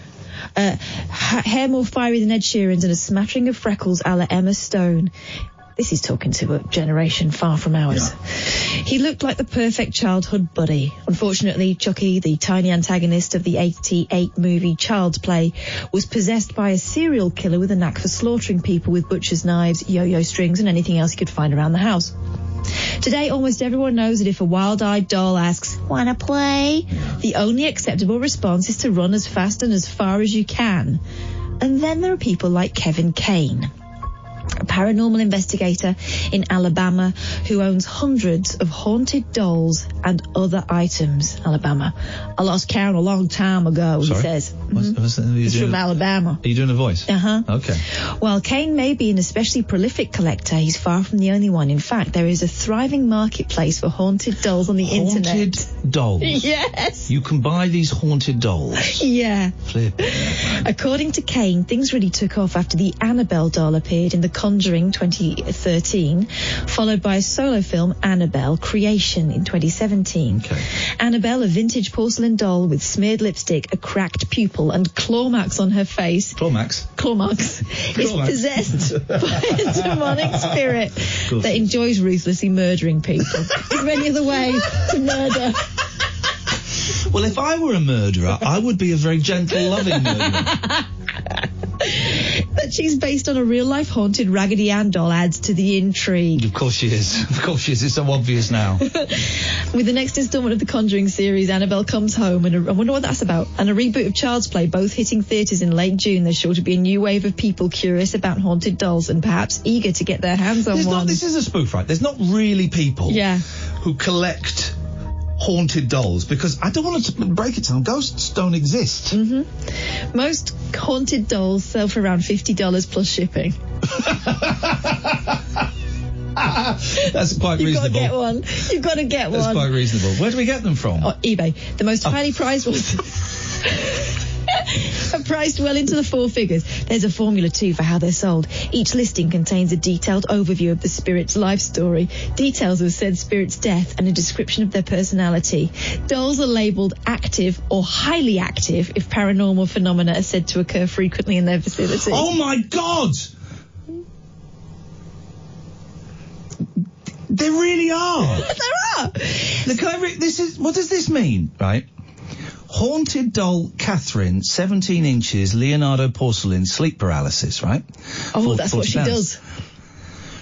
[SPEAKER 6] Uh, ha- hair more fiery than Ed Sheeran's and a smattering of freckles a la Emma Stone. This is talking to a generation far from ours. He looked like the perfect childhood buddy. Unfortunately, Chucky, the tiny antagonist of the 88 movie Child's Play, was possessed by a serial killer with a knack for slaughtering people with butcher's knives, yo-yo strings, and anything else he could find around the house. Today, almost everyone knows that if a wild-eyed doll asks, wanna play? The only acceptable response is to run as fast and as far as you can. And then there are people like Kevin Kane a paranormal investigator in Alabama who owns hundreds of haunted dolls and other items. Alabama. I lost count a long time ago,
[SPEAKER 5] Sorry?
[SPEAKER 6] he says.
[SPEAKER 5] What's, what's, are, you
[SPEAKER 6] He's
[SPEAKER 5] doing,
[SPEAKER 6] from
[SPEAKER 5] are
[SPEAKER 6] Alabama.
[SPEAKER 5] you doing a voice?
[SPEAKER 6] Uh huh.
[SPEAKER 5] Okay.
[SPEAKER 6] While Kane may be an especially prolific collector, he's far from the only one. In fact, there is a thriving marketplace for haunted dolls on the
[SPEAKER 5] Haunted
[SPEAKER 6] internet. <laughs>
[SPEAKER 5] dolls.
[SPEAKER 6] Yes.
[SPEAKER 5] You can buy these
[SPEAKER 6] <laughs>
[SPEAKER 5] haunted dolls.
[SPEAKER 6] Yeah.
[SPEAKER 5] Flip.
[SPEAKER 6] According to Kane, things really took off after the Annabelle doll appeared in The Conjuring 2013, followed by a solo film, Annabelle Creation, in 2017. Annabelle, a vintage porcelain doll with smeared lipstick, a cracked pupil, and claw marks on her face.
[SPEAKER 5] Claw marks?
[SPEAKER 6] Claw marks. is
[SPEAKER 5] marks.
[SPEAKER 6] possessed <laughs> by a demonic spirit that enjoys ruthlessly murdering people. Is there any other way to murder?
[SPEAKER 5] Well, if I were a murderer, I would be a very gentle, loving murderer.
[SPEAKER 6] That she's based on a real life haunted Raggedy Ann doll adds to the intrigue.
[SPEAKER 5] <laughs> Of course she is. Of course she is. It's so obvious now.
[SPEAKER 6] With the next instalment of the Conjuring series, Annabelle Comes Home, and a, I wonder what that's about, and a reboot of Child's Play, both hitting theatres in late June, there's sure to be a new wave of people curious about haunted dolls and perhaps eager to get their hands on
[SPEAKER 5] There's
[SPEAKER 6] one.
[SPEAKER 5] not, this is a spoof, right? There's not really people
[SPEAKER 6] yeah.
[SPEAKER 5] who collect haunted dolls because I don't want to break it down. Ghosts don't exist.
[SPEAKER 6] hmm Most haunted dolls sell for around $50 plus shipping.
[SPEAKER 5] That's quite
[SPEAKER 6] You've
[SPEAKER 5] reasonable.
[SPEAKER 6] got to get one. Oh. You've got to get
[SPEAKER 5] That's
[SPEAKER 6] one.
[SPEAKER 5] quite Oh. reasonable. Where do we get them from?
[SPEAKER 6] on eBay. The most highly priced ones are <laughs> priced well into the four figures. There's a formula too for how they're sold. Each listing contains a detailed overview of the spirit's life story, details of said spirit's death, and a description of their personality. Dolls are labelled active or highly active if paranormal phenomena are said to occur frequently in their vicinity.
[SPEAKER 5] Oh my God! There really are.
[SPEAKER 6] there are.
[SPEAKER 5] Look, can I re- this is what does this mean, right? Haunted doll Catherine, 17 inches, Leonardo porcelain, sleep paralysis, right?
[SPEAKER 6] Oh,
[SPEAKER 5] For-
[SPEAKER 6] that's what
[SPEAKER 5] 40
[SPEAKER 6] she
[SPEAKER 5] pounds.
[SPEAKER 6] does.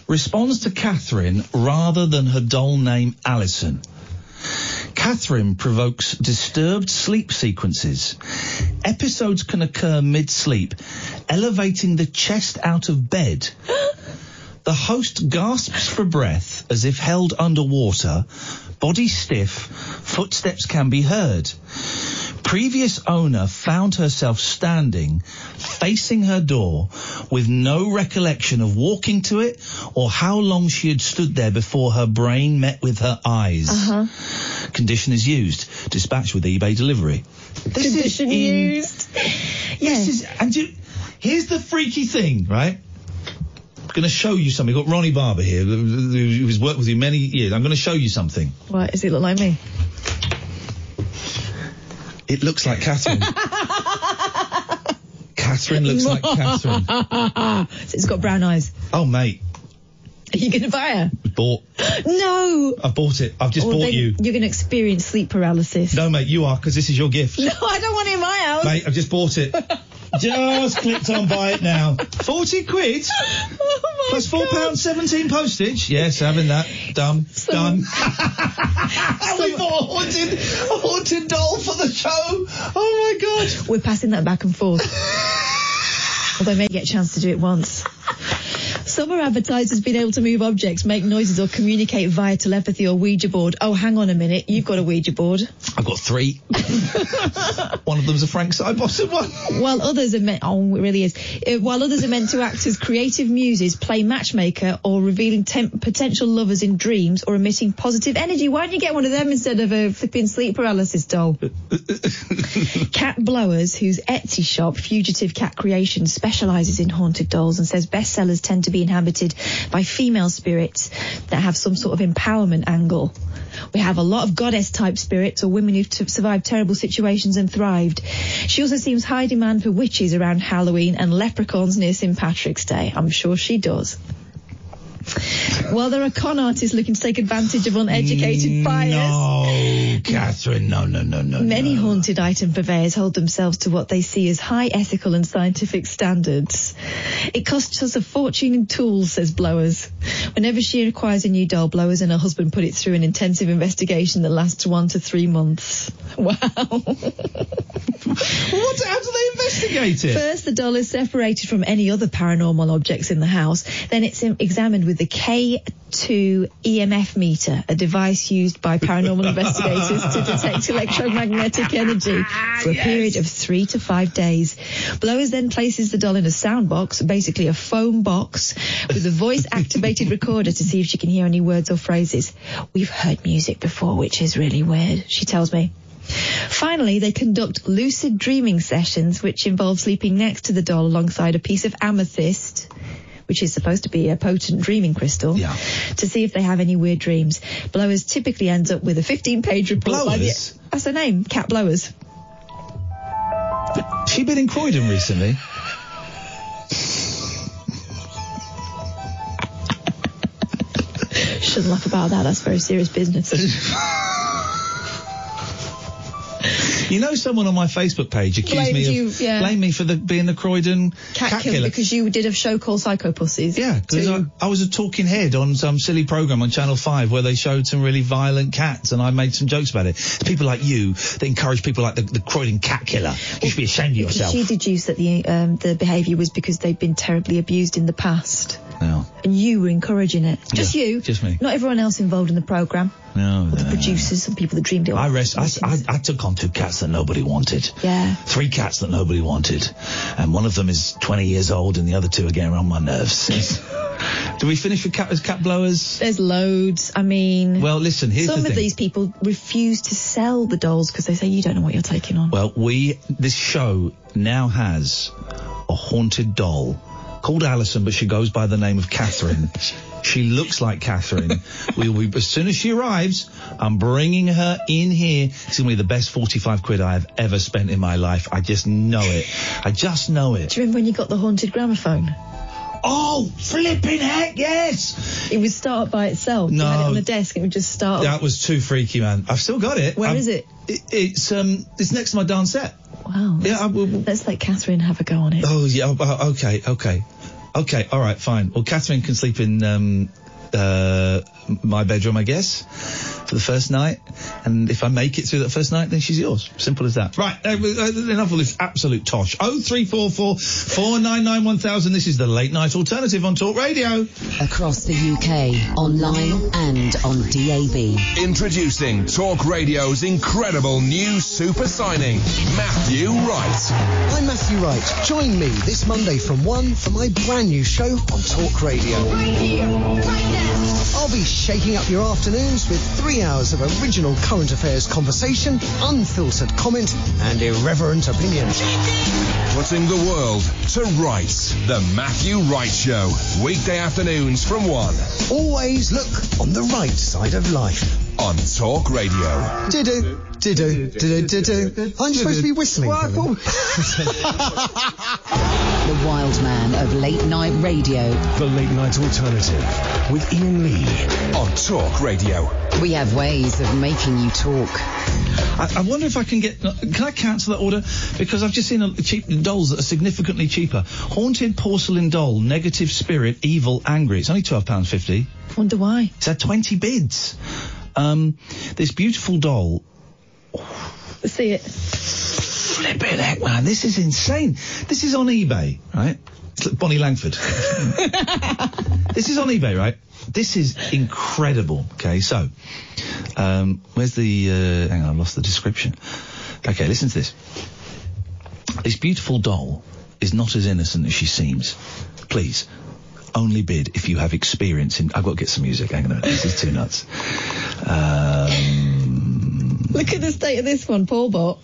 [SPEAKER 5] Responds to Catherine rather than her doll name Alison. Catherine provokes disturbed sleep sequences. Episodes can occur mid sleep, elevating the chest out of bed. The host gasps for breath as if held underwater, body stiff, footsteps can be heard. Previous owner found herself standing, facing her door, with no recollection of walking to it or how long she had stood there before her brain met with her eyes.
[SPEAKER 6] Uh-huh.
[SPEAKER 5] Condition is used. Dispatch with eBay delivery. This
[SPEAKER 6] Condition
[SPEAKER 5] is in-
[SPEAKER 6] used.
[SPEAKER 5] This is and you, here's the freaky thing, right? I'm going to show you something. We've got Ronnie Barber here, who- who- who's worked with you many years. I'm going to show you something.
[SPEAKER 6] Why does it look like me?
[SPEAKER 5] It looks like Catherine. Catherine looks like Catherine.
[SPEAKER 6] so it's got brown eyes.
[SPEAKER 5] Oh, mate,
[SPEAKER 6] Are you going to buy her?
[SPEAKER 5] bought.
[SPEAKER 6] No.
[SPEAKER 5] I've bought it. I've just
[SPEAKER 6] Or
[SPEAKER 5] bought
[SPEAKER 6] then
[SPEAKER 5] you.
[SPEAKER 6] You're going to experience sleep paralysis.
[SPEAKER 5] No, mate, you are because this is your
[SPEAKER 6] <laughs>
[SPEAKER 5] gift.
[SPEAKER 6] No, I don't want it in my house. <laughs>
[SPEAKER 5] Mate, I've just bought it. just clicked on buy it now. Forty quid
[SPEAKER 6] Oh
[SPEAKER 5] plus four pounds seventeen postage. Yes, having that. Done. Done. we bought a haunted, a haunted doll for the show. Oh my god.
[SPEAKER 6] We're passing that back and
[SPEAKER 5] <laughs>
[SPEAKER 6] forth. Although I may get a chance to do it once. Some are advertised as being able to move objects, make noises, or communicate via telepathy or Ouija board. Oh, hang on a minute. You've got a Ouija board.
[SPEAKER 5] I've got <laughs> three. one of them's a Frank Syboston one.
[SPEAKER 6] While others are meant, oh, it really is. Uh, while others are meant to act as creative muses, play matchmaker, or revealing tem- potential lovers in dreams, or emitting positive energy. Why don't you get one of them instead of a flipping sleep paralysis doll? cat blowers, whose Etsy shop, Fugitive Cat Creations, specialises in haunted dolls and says bestsellers tend to be inhabited by female spirits that have some sort of empowerment angle. We have a lot of goddess type spirits or women who've t- survived terrible situations and thrived. She also seems high demand for witches around Halloween and leprechauns near St. Patrick's Day. I'm sure she does. Well, there are con artists looking to take advantage of uneducated buyers.
[SPEAKER 5] No, <laughs> Catherine. No, no, no, no.
[SPEAKER 6] Many haunted item purveyors hold themselves to what they see as high ethical and scientific standards. It costs us a fortune in tools, says Blowers. Whenever she acquires a new doll, Blowers and her husband put it through an intensive investigation that lasts one to three months. <laughs> Wow.
[SPEAKER 5] What? How do they investigate it?
[SPEAKER 6] First, the doll is separated from any other paranormal objects in the house. Then it's im- examined with the K2 EMF meter, a device used by paranormal investigators to detect electromagnetic energy for a period of three to five days. Blowers then places the doll in a sound box, basically a foam box, with a voice activated recorder to see if she can hear any words or phrases. We've heard music before, which is really weird, she tells me. Finally, they conduct lucid dreaming sessions, which involve sleeping next to the doll alongside a piece of amethyst, which is supposed to be a potent dreaming crystal, to see if they have any weird dreams. Blowers typically ends up with a 15-page report. by the-
[SPEAKER 5] Blowers?
[SPEAKER 6] that's her name, Cat Blowers.
[SPEAKER 5] She been in Croydon recently.
[SPEAKER 6] Shouldn't laugh about that. That's very serious business.
[SPEAKER 5] You know, someone on my Facebook page accused
[SPEAKER 6] Blamed
[SPEAKER 5] me of
[SPEAKER 6] you, yeah.
[SPEAKER 5] blamed me for the, being the Croydon cat,
[SPEAKER 6] Cat, killer, because you did a show called Psycho Pussies.
[SPEAKER 5] Yeah, because I, I was a talking head on some silly program on Channel 5 where they showed some really violent cats and I made some jokes about it. It's people like you that encourage people like the, the Croydon cat killer. You should be ashamed of yourself.
[SPEAKER 6] She deduced that the um, the behaviour was because they'd been terribly abused in the past.
[SPEAKER 5] No.
[SPEAKER 6] And you were encouraging it. Just
[SPEAKER 5] Yeah,
[SPEAKER 6] you.
[SPEAKER 5] just me.
[SPEAKER 6] Not everyone else involved in the programme.
[SPEAKER 5] No.
[SPEAKER 6] The producers and people that dreamed it.
[SPEAKER 5] I, rest, I, I, I took on two cats that nobody wanted.
[SPEAKER 6] Yeah.
[SPEAKER 5] Three cats that nobody wanted. And one of them is 20 years old and the other two are getting on
[SPEAKER 6] <laughs>
[SPEAKER 5] my nerves. Do we finish with cat, cat blowers?
[SPEAKER 6] There's loads. I mean,
[SPEAKER 5] Well, listen, here's
[SPEAKER 6] some
[SPEAKER 5] the
[SPEAKER 6] of
[SPEAKER 5] thing.
[SPEAKER 6] these people refuse to sell the dolls because they say you don't know what you're taking on.
[SPEAKER 5] Well, we this show now has a haunted doll called Alison, but she goes by the name
[SPEAKER 6] <laughs>
[SPEAKER 5] of Catherine. she looks like Catherine. we will be as soon as she arrives. I'm bringing her in here. It's gonna be the best 45 quid I have ever spent in my life. I just know it. I just know it.
[SPEAKER 6] Do you remember when you got the haunted gramophone?
[SPEAKER 5] Oh, flipping heck, yes!
[SPEAKER 6] It would start by itself. You
[SPEAKER 5] No.
[SPEAKER 6] had it on the desk, it would just start.
[SPEAKER 5] That was too freaky, man. I've still got it.
[SPEAKER 6] Where
[SPEAKER 5] Where is
[SPEAKER 6] is it?
[SPEAKER 5] It's um, it's next to my dancette.
[SPEAKER 6] Wow.
[SPEAKER 5] Yeah, I, will
[SPEAKER 6] Let's let Catherine have a go on it.
[SPEAKER 5] Oh yeah. oh, Oh, okay. Okay. Okay. All right. Fine. Well, Catherine can sleep in um, uh, my bedroom, I guess, for the first night. And if I make it through that first night, then she's yours. Simple as that. Right. Uh, well, uh, enough of this absolute tosh. Oh three four four four nine nine one thousand. This is the late night alternative on Talk Radio.
[SPEAKER 9] Across the UK, online and on DAB.
[SPEAKER 8] Introducing Talk Radio's incredible new super signing, Matthew Wright.
[SPEAKER 12] I'm Matthew Wright. Join me this Monday from 1 for my brand new show on Talk Radio. I'll be shaking up your afternoons with three hours of original current affairs conversation, unfiltered comment, and irreverent opinion.
[SPEAKER 8] Putting the world to rights. The Matthew Wright Show. Weekday afternoons from 1
[SPEAKER 12] Always look on the right side of life.
[SPEAKER 8] on Talk Radio.
[SPEAKER 12] Do-do, do-do, do-do, do-do. Aren't you supposed to be whistling? Colin?
[SPEAKER 9] The wild man of late night radio.
[SPEAKER 8] The Late Night Alternative with Ian Lee on Talk Radio.
[SPEAKER 9] We have ways of making you talk.
[SPEAKER 5] I, I wonder if I can get. Can I cancel that order? Because I've just seen a cheap dolls that are significantly cheaper. Haunted porcelain doll, negative spirit, evil, angry. It's only twelve pounds fifty.
[SPEAKER 6] Wonder why?
[SPEAKER 5] It's had twenty bids. Um, this beautiful doll.
[SPEAKER 6] See it.
[SPEAKER 5] Flipping heck, man! This is insane. This is on eBay, right? It's like Bonnie Langford. this is on eBay, right? This is incredible. Okay, so um, where's the? Uh, hang on, I've lost the description. Okay, listen to this. This beautiful doll is not as innocent as she seems. Please, only bid if you have experience in. I've got to get some music. Hang on a minute. This is too nuts. Um,
[SPEAKER 6] Look at the state of this one, Paul Bot.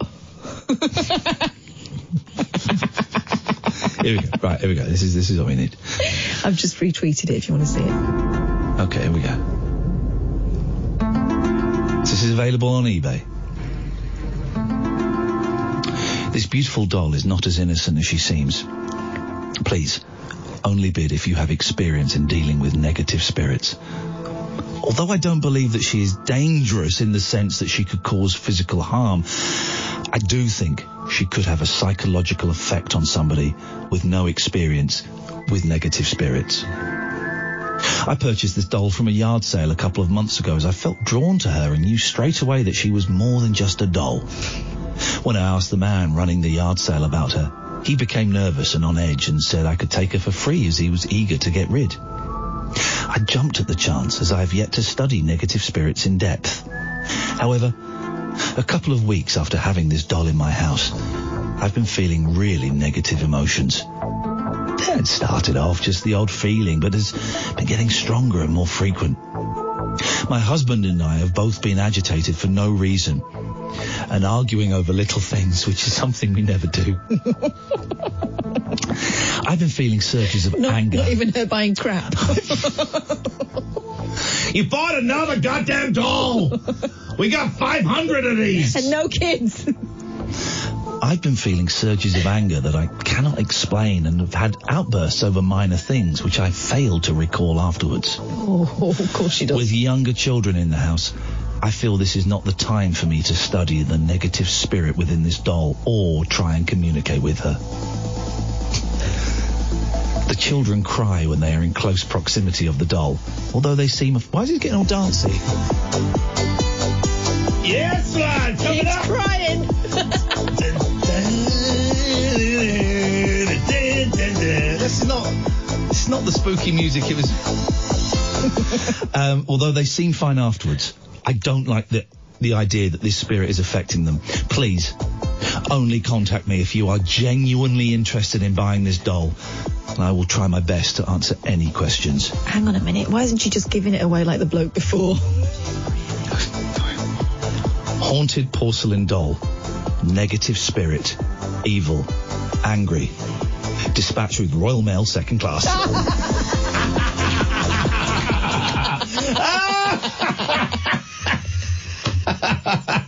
[SPEAKER 5] here we go. Right, here we go. This is this is what we need.
[SPEAKER 6] I've just retweeted it if you want to see it.
[SPEAKER 5] Okay, here we go. This is available on eBay. This beautiful doll is not as innocent as she seems. Please, only bid if you have experience in dealing with negative spirits. Although I don't believe that she is dangerous in the sense that she could cause physical harm, I do think she could have a psychological effect on somebody with no experience with negative spirits. I purchased this doll from a yard sale a couple of months ago as I felt drawn to her and knew straight away that she was more than just a doll. When I asked the man running the yard sale about her, he became nervous and on edge and said I could take her for free as he was eager to get rid. I jumped at the chance as I have yet to study negative spirits in depth. However, a couple of weeks after having this doll in my house, I've been feeling really negative emotions. Then it started off just the odd feeling, but has been getting stronger and more frequent. My husband and I have both been agitated for no reason and arguing over little things, which is something we never do. <laughs> I've been feeling surges of anger.
[SPEAKER 6] Not even her buying crap. <laughs>
[SPEAKER 5] You bought another goddamn doll! we got 500 of these!
[SPEAKER 6] and no
[SPEAKER 5] <laughs>
[SPEAKER 6] kids.
[SPEAKER 5] I've been feeling surges of anger that I cannot explain and have had outbursts over minor things which I failed to recall afterwards.
[SPEAKER 6] Oh, of course she does.
[SPEAKER 5] With younger children in the house, I feel this is not the time for me to study the negative spirit within this doll or try and communicate with her. The children cry when they are in close proximity of the doll, although they seem. Why is it getting all dancey? Yes, lad,
[SPEAKER 6] He's crying.
[SPEAKER 5] That's not. It's not the spooky music. It was. <laughs> um, although they seem fine afterwards, I don't like the the idea that this spirit is affecting them. Please, only contact me if you are genuinely interested in buying this doll, and I will try my best to answer any questions.
[SPEAKER 6] Hang on a minute. Why isn't she just giving it away like the bloke before?
[SPEAKER 5] Haunted porcelain doll. Negative spirit. Evil. Angry. Dispatched with Royal Mail second class.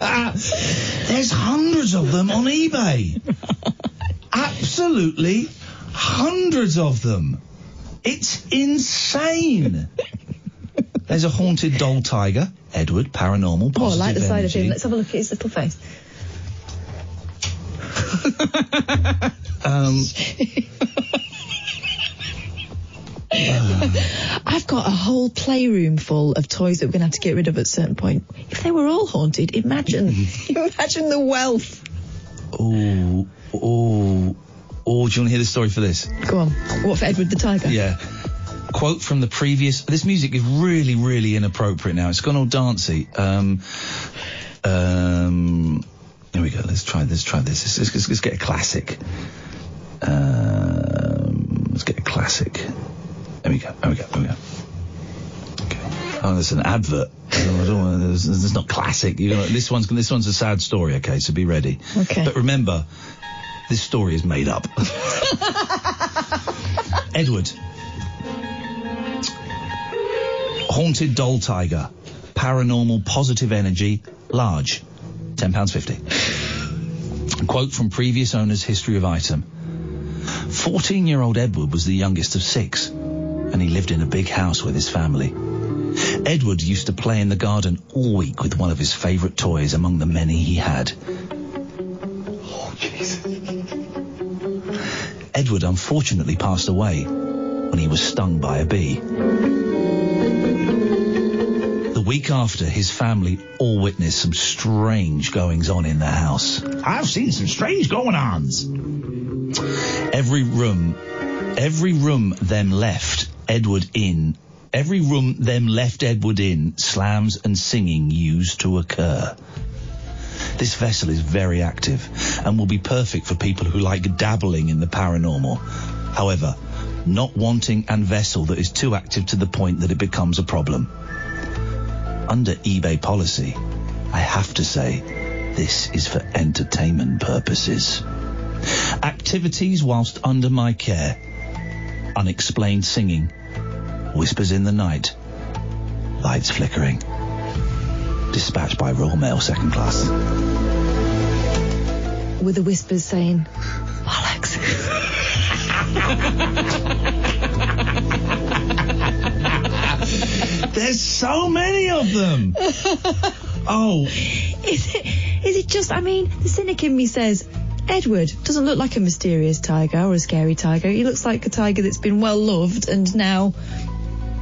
[SPEAKER 5] There's hundreds of them on eBay. Absolutely hundreds of them. It's insane. There's a haunted doll tiger, Edward, paranormal,
[SPEAKER 6] Oh, I
[SPEAKER 5] positive
[SPEAKER 6] like the side of
[SPEAKER 5] energy.
[SPEAKER 6] him. Let's have a look at his little face.
[SPEAKER 5] Um,
[SPEAKER 6] <laughs> I've got a whole playroom full of toys that we're going to have to get rid of at a certain point. If they were all haunted,
[SPEAKER 5] <laughs>
[SPEAKER 6] imagine, <laughs> imagine the wealth.
[SPEAKER 5] oh, oh, oh, do you want to hear the story for this?
[SPEAKER 6] Go on. What for Edward the Tiger?
[SPEAKER 5] Yeah. Quote from the previous. This music is really, really inappropriate now. It's gone all dancey. Um, um, here we go. Let's try. Let's try this. Let's, let's- let's get a classic. Um, let's get a classic. There we go. There we go. There we go. Oh, there's an advert. I don't, I don't wanna, this, this is not classic. You know, this one's this one's a sad story. Okay, so be ready. Okay. But remember, this story is made up. Edward, haunted doll tiger, paranormal positive energy, large, ten pounds fifty. Quote from previous owner's history of item. 14 year old Edward was the youngest of six, and he lived in a big house with his family. Edward used to play in the garden all week with one of his favourite toys among the many he had. Oh, Edward unfortunately passed away when he was stung by a bee. The week after, his family all witnessed some strange goings on in the house. I've seen some strange going ons. Every room, every room them left Edward in, every room them left Edward in, slams and singing used to occur. This vessel is very active and will be perfect for people who like dabbling in the paranormal. However, not wanting an vessel that is too active to the point that it becomes a problem. Under eBay policy, I have to say, this is for entertainment purposes. Activities whilst under my care. Unexplained singing. Whispers in the night. Lights flickering. Dispatched by Royal Mail Second Class.
[SPEAKER 6] With the whispers saying, bollocks.
[SPEAKER 5] There's so many
[SPEAKER 6] <laughs>
[SPEAKER 5] of them. Oh.
[SPEAKER 6] Is it, is it just, I mean, the cynic in me says, Edward doesn't look like a mysterious tiger or a scary tiger. He looks like a tiger that's been well loved and now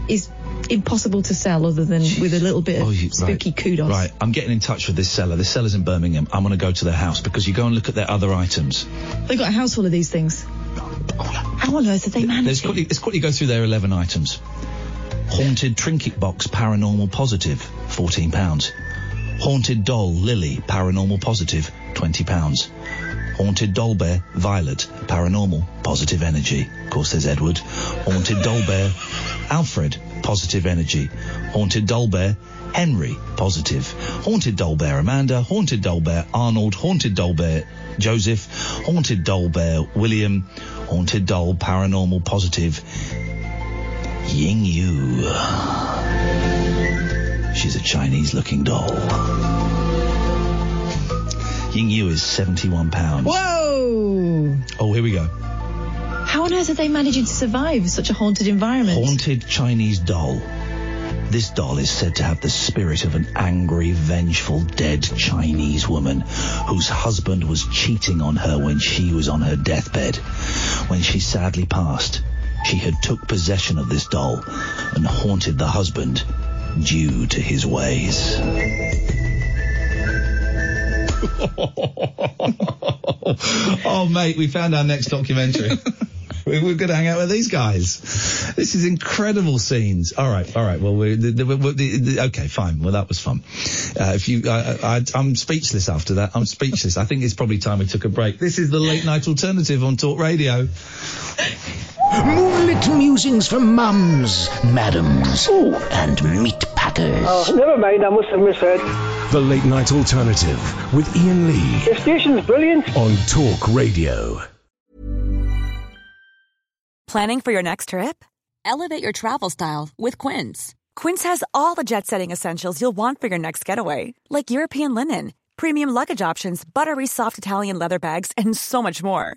[SPEAKER 6] is impossible to sell other than with a little bit of spooky kudos.
[SPEAKER 5] Oh, Right, I'm getting in touch with this seller. This seller's in Birmingham. I'm going to go to their house because you go and look at their other items.
[SPEAKER 6] They've got a house full of these things. How on earth are they managed?
[SPEAKER 5] Let's quickly, let's quickly go through their 11 items. Haunted trinket box, paranormal positive, £14. Haunted doll, Lily, paranormal positive, £20. Haunted doll bear, Violet, paranormal, positive energy. Of course, there's Edward. Haunted doll bear, Alfred, positive energy. Haunted doll bear, Henry, positive. Haunted doll bear, Amanda. Haunted doll bear, Arnold. Haunted doll bear, Joseph. Haunted doll bear, William. Haunted doll, paranormal, positive. Ying Yu. She's a Chinese looking doll. Ying Yu is £71.
[SPEAKER 6] Whoa!
[SPEAKER 5] Oh, here we go.
[SPEAKER 6] How on earth are they managing to survive such a haunted environment?
[SPEAKER 5] Haunted Chinese doll. This doll is said to have the spirit of an angry, vengeful, dead Chinese woman whose husband was cheating on her when she was on her deathbed. When she sadly passed, she had took possession of this doll and haunted the husband due to his ways. <laughs> oh, mate, we found our next documentary. We We're going to hang out with these guys. This is incredible scenes. All right, all right. Well, we're, the, the, we the, the, okay, fine. Well, that was fun. Uh, if you, I, I, I'm speechless after that. I'm speechless. I think it's probably time we took a break. This is the late night alternative on Talk Radio.
[SPEAKER 16] Moonlit musings from mums, madams, and meat packers.
[SPEAKER 3] Oh, never mind, I must have misheard.
[SPEAKER 8] The Late Night Alternative with Ian Lee.
[SPEAKER 3] The station's brilliant.
[SPEAKER 8] On Talk Radio.
[SPEAKER 17] Planning for your next trip? Elevate your travel style with Quince. Quince has all the jet setting essentials you'll want for your next getaway, like European linen, premium luggage options, buttery soft Italian leather bags, and so much more.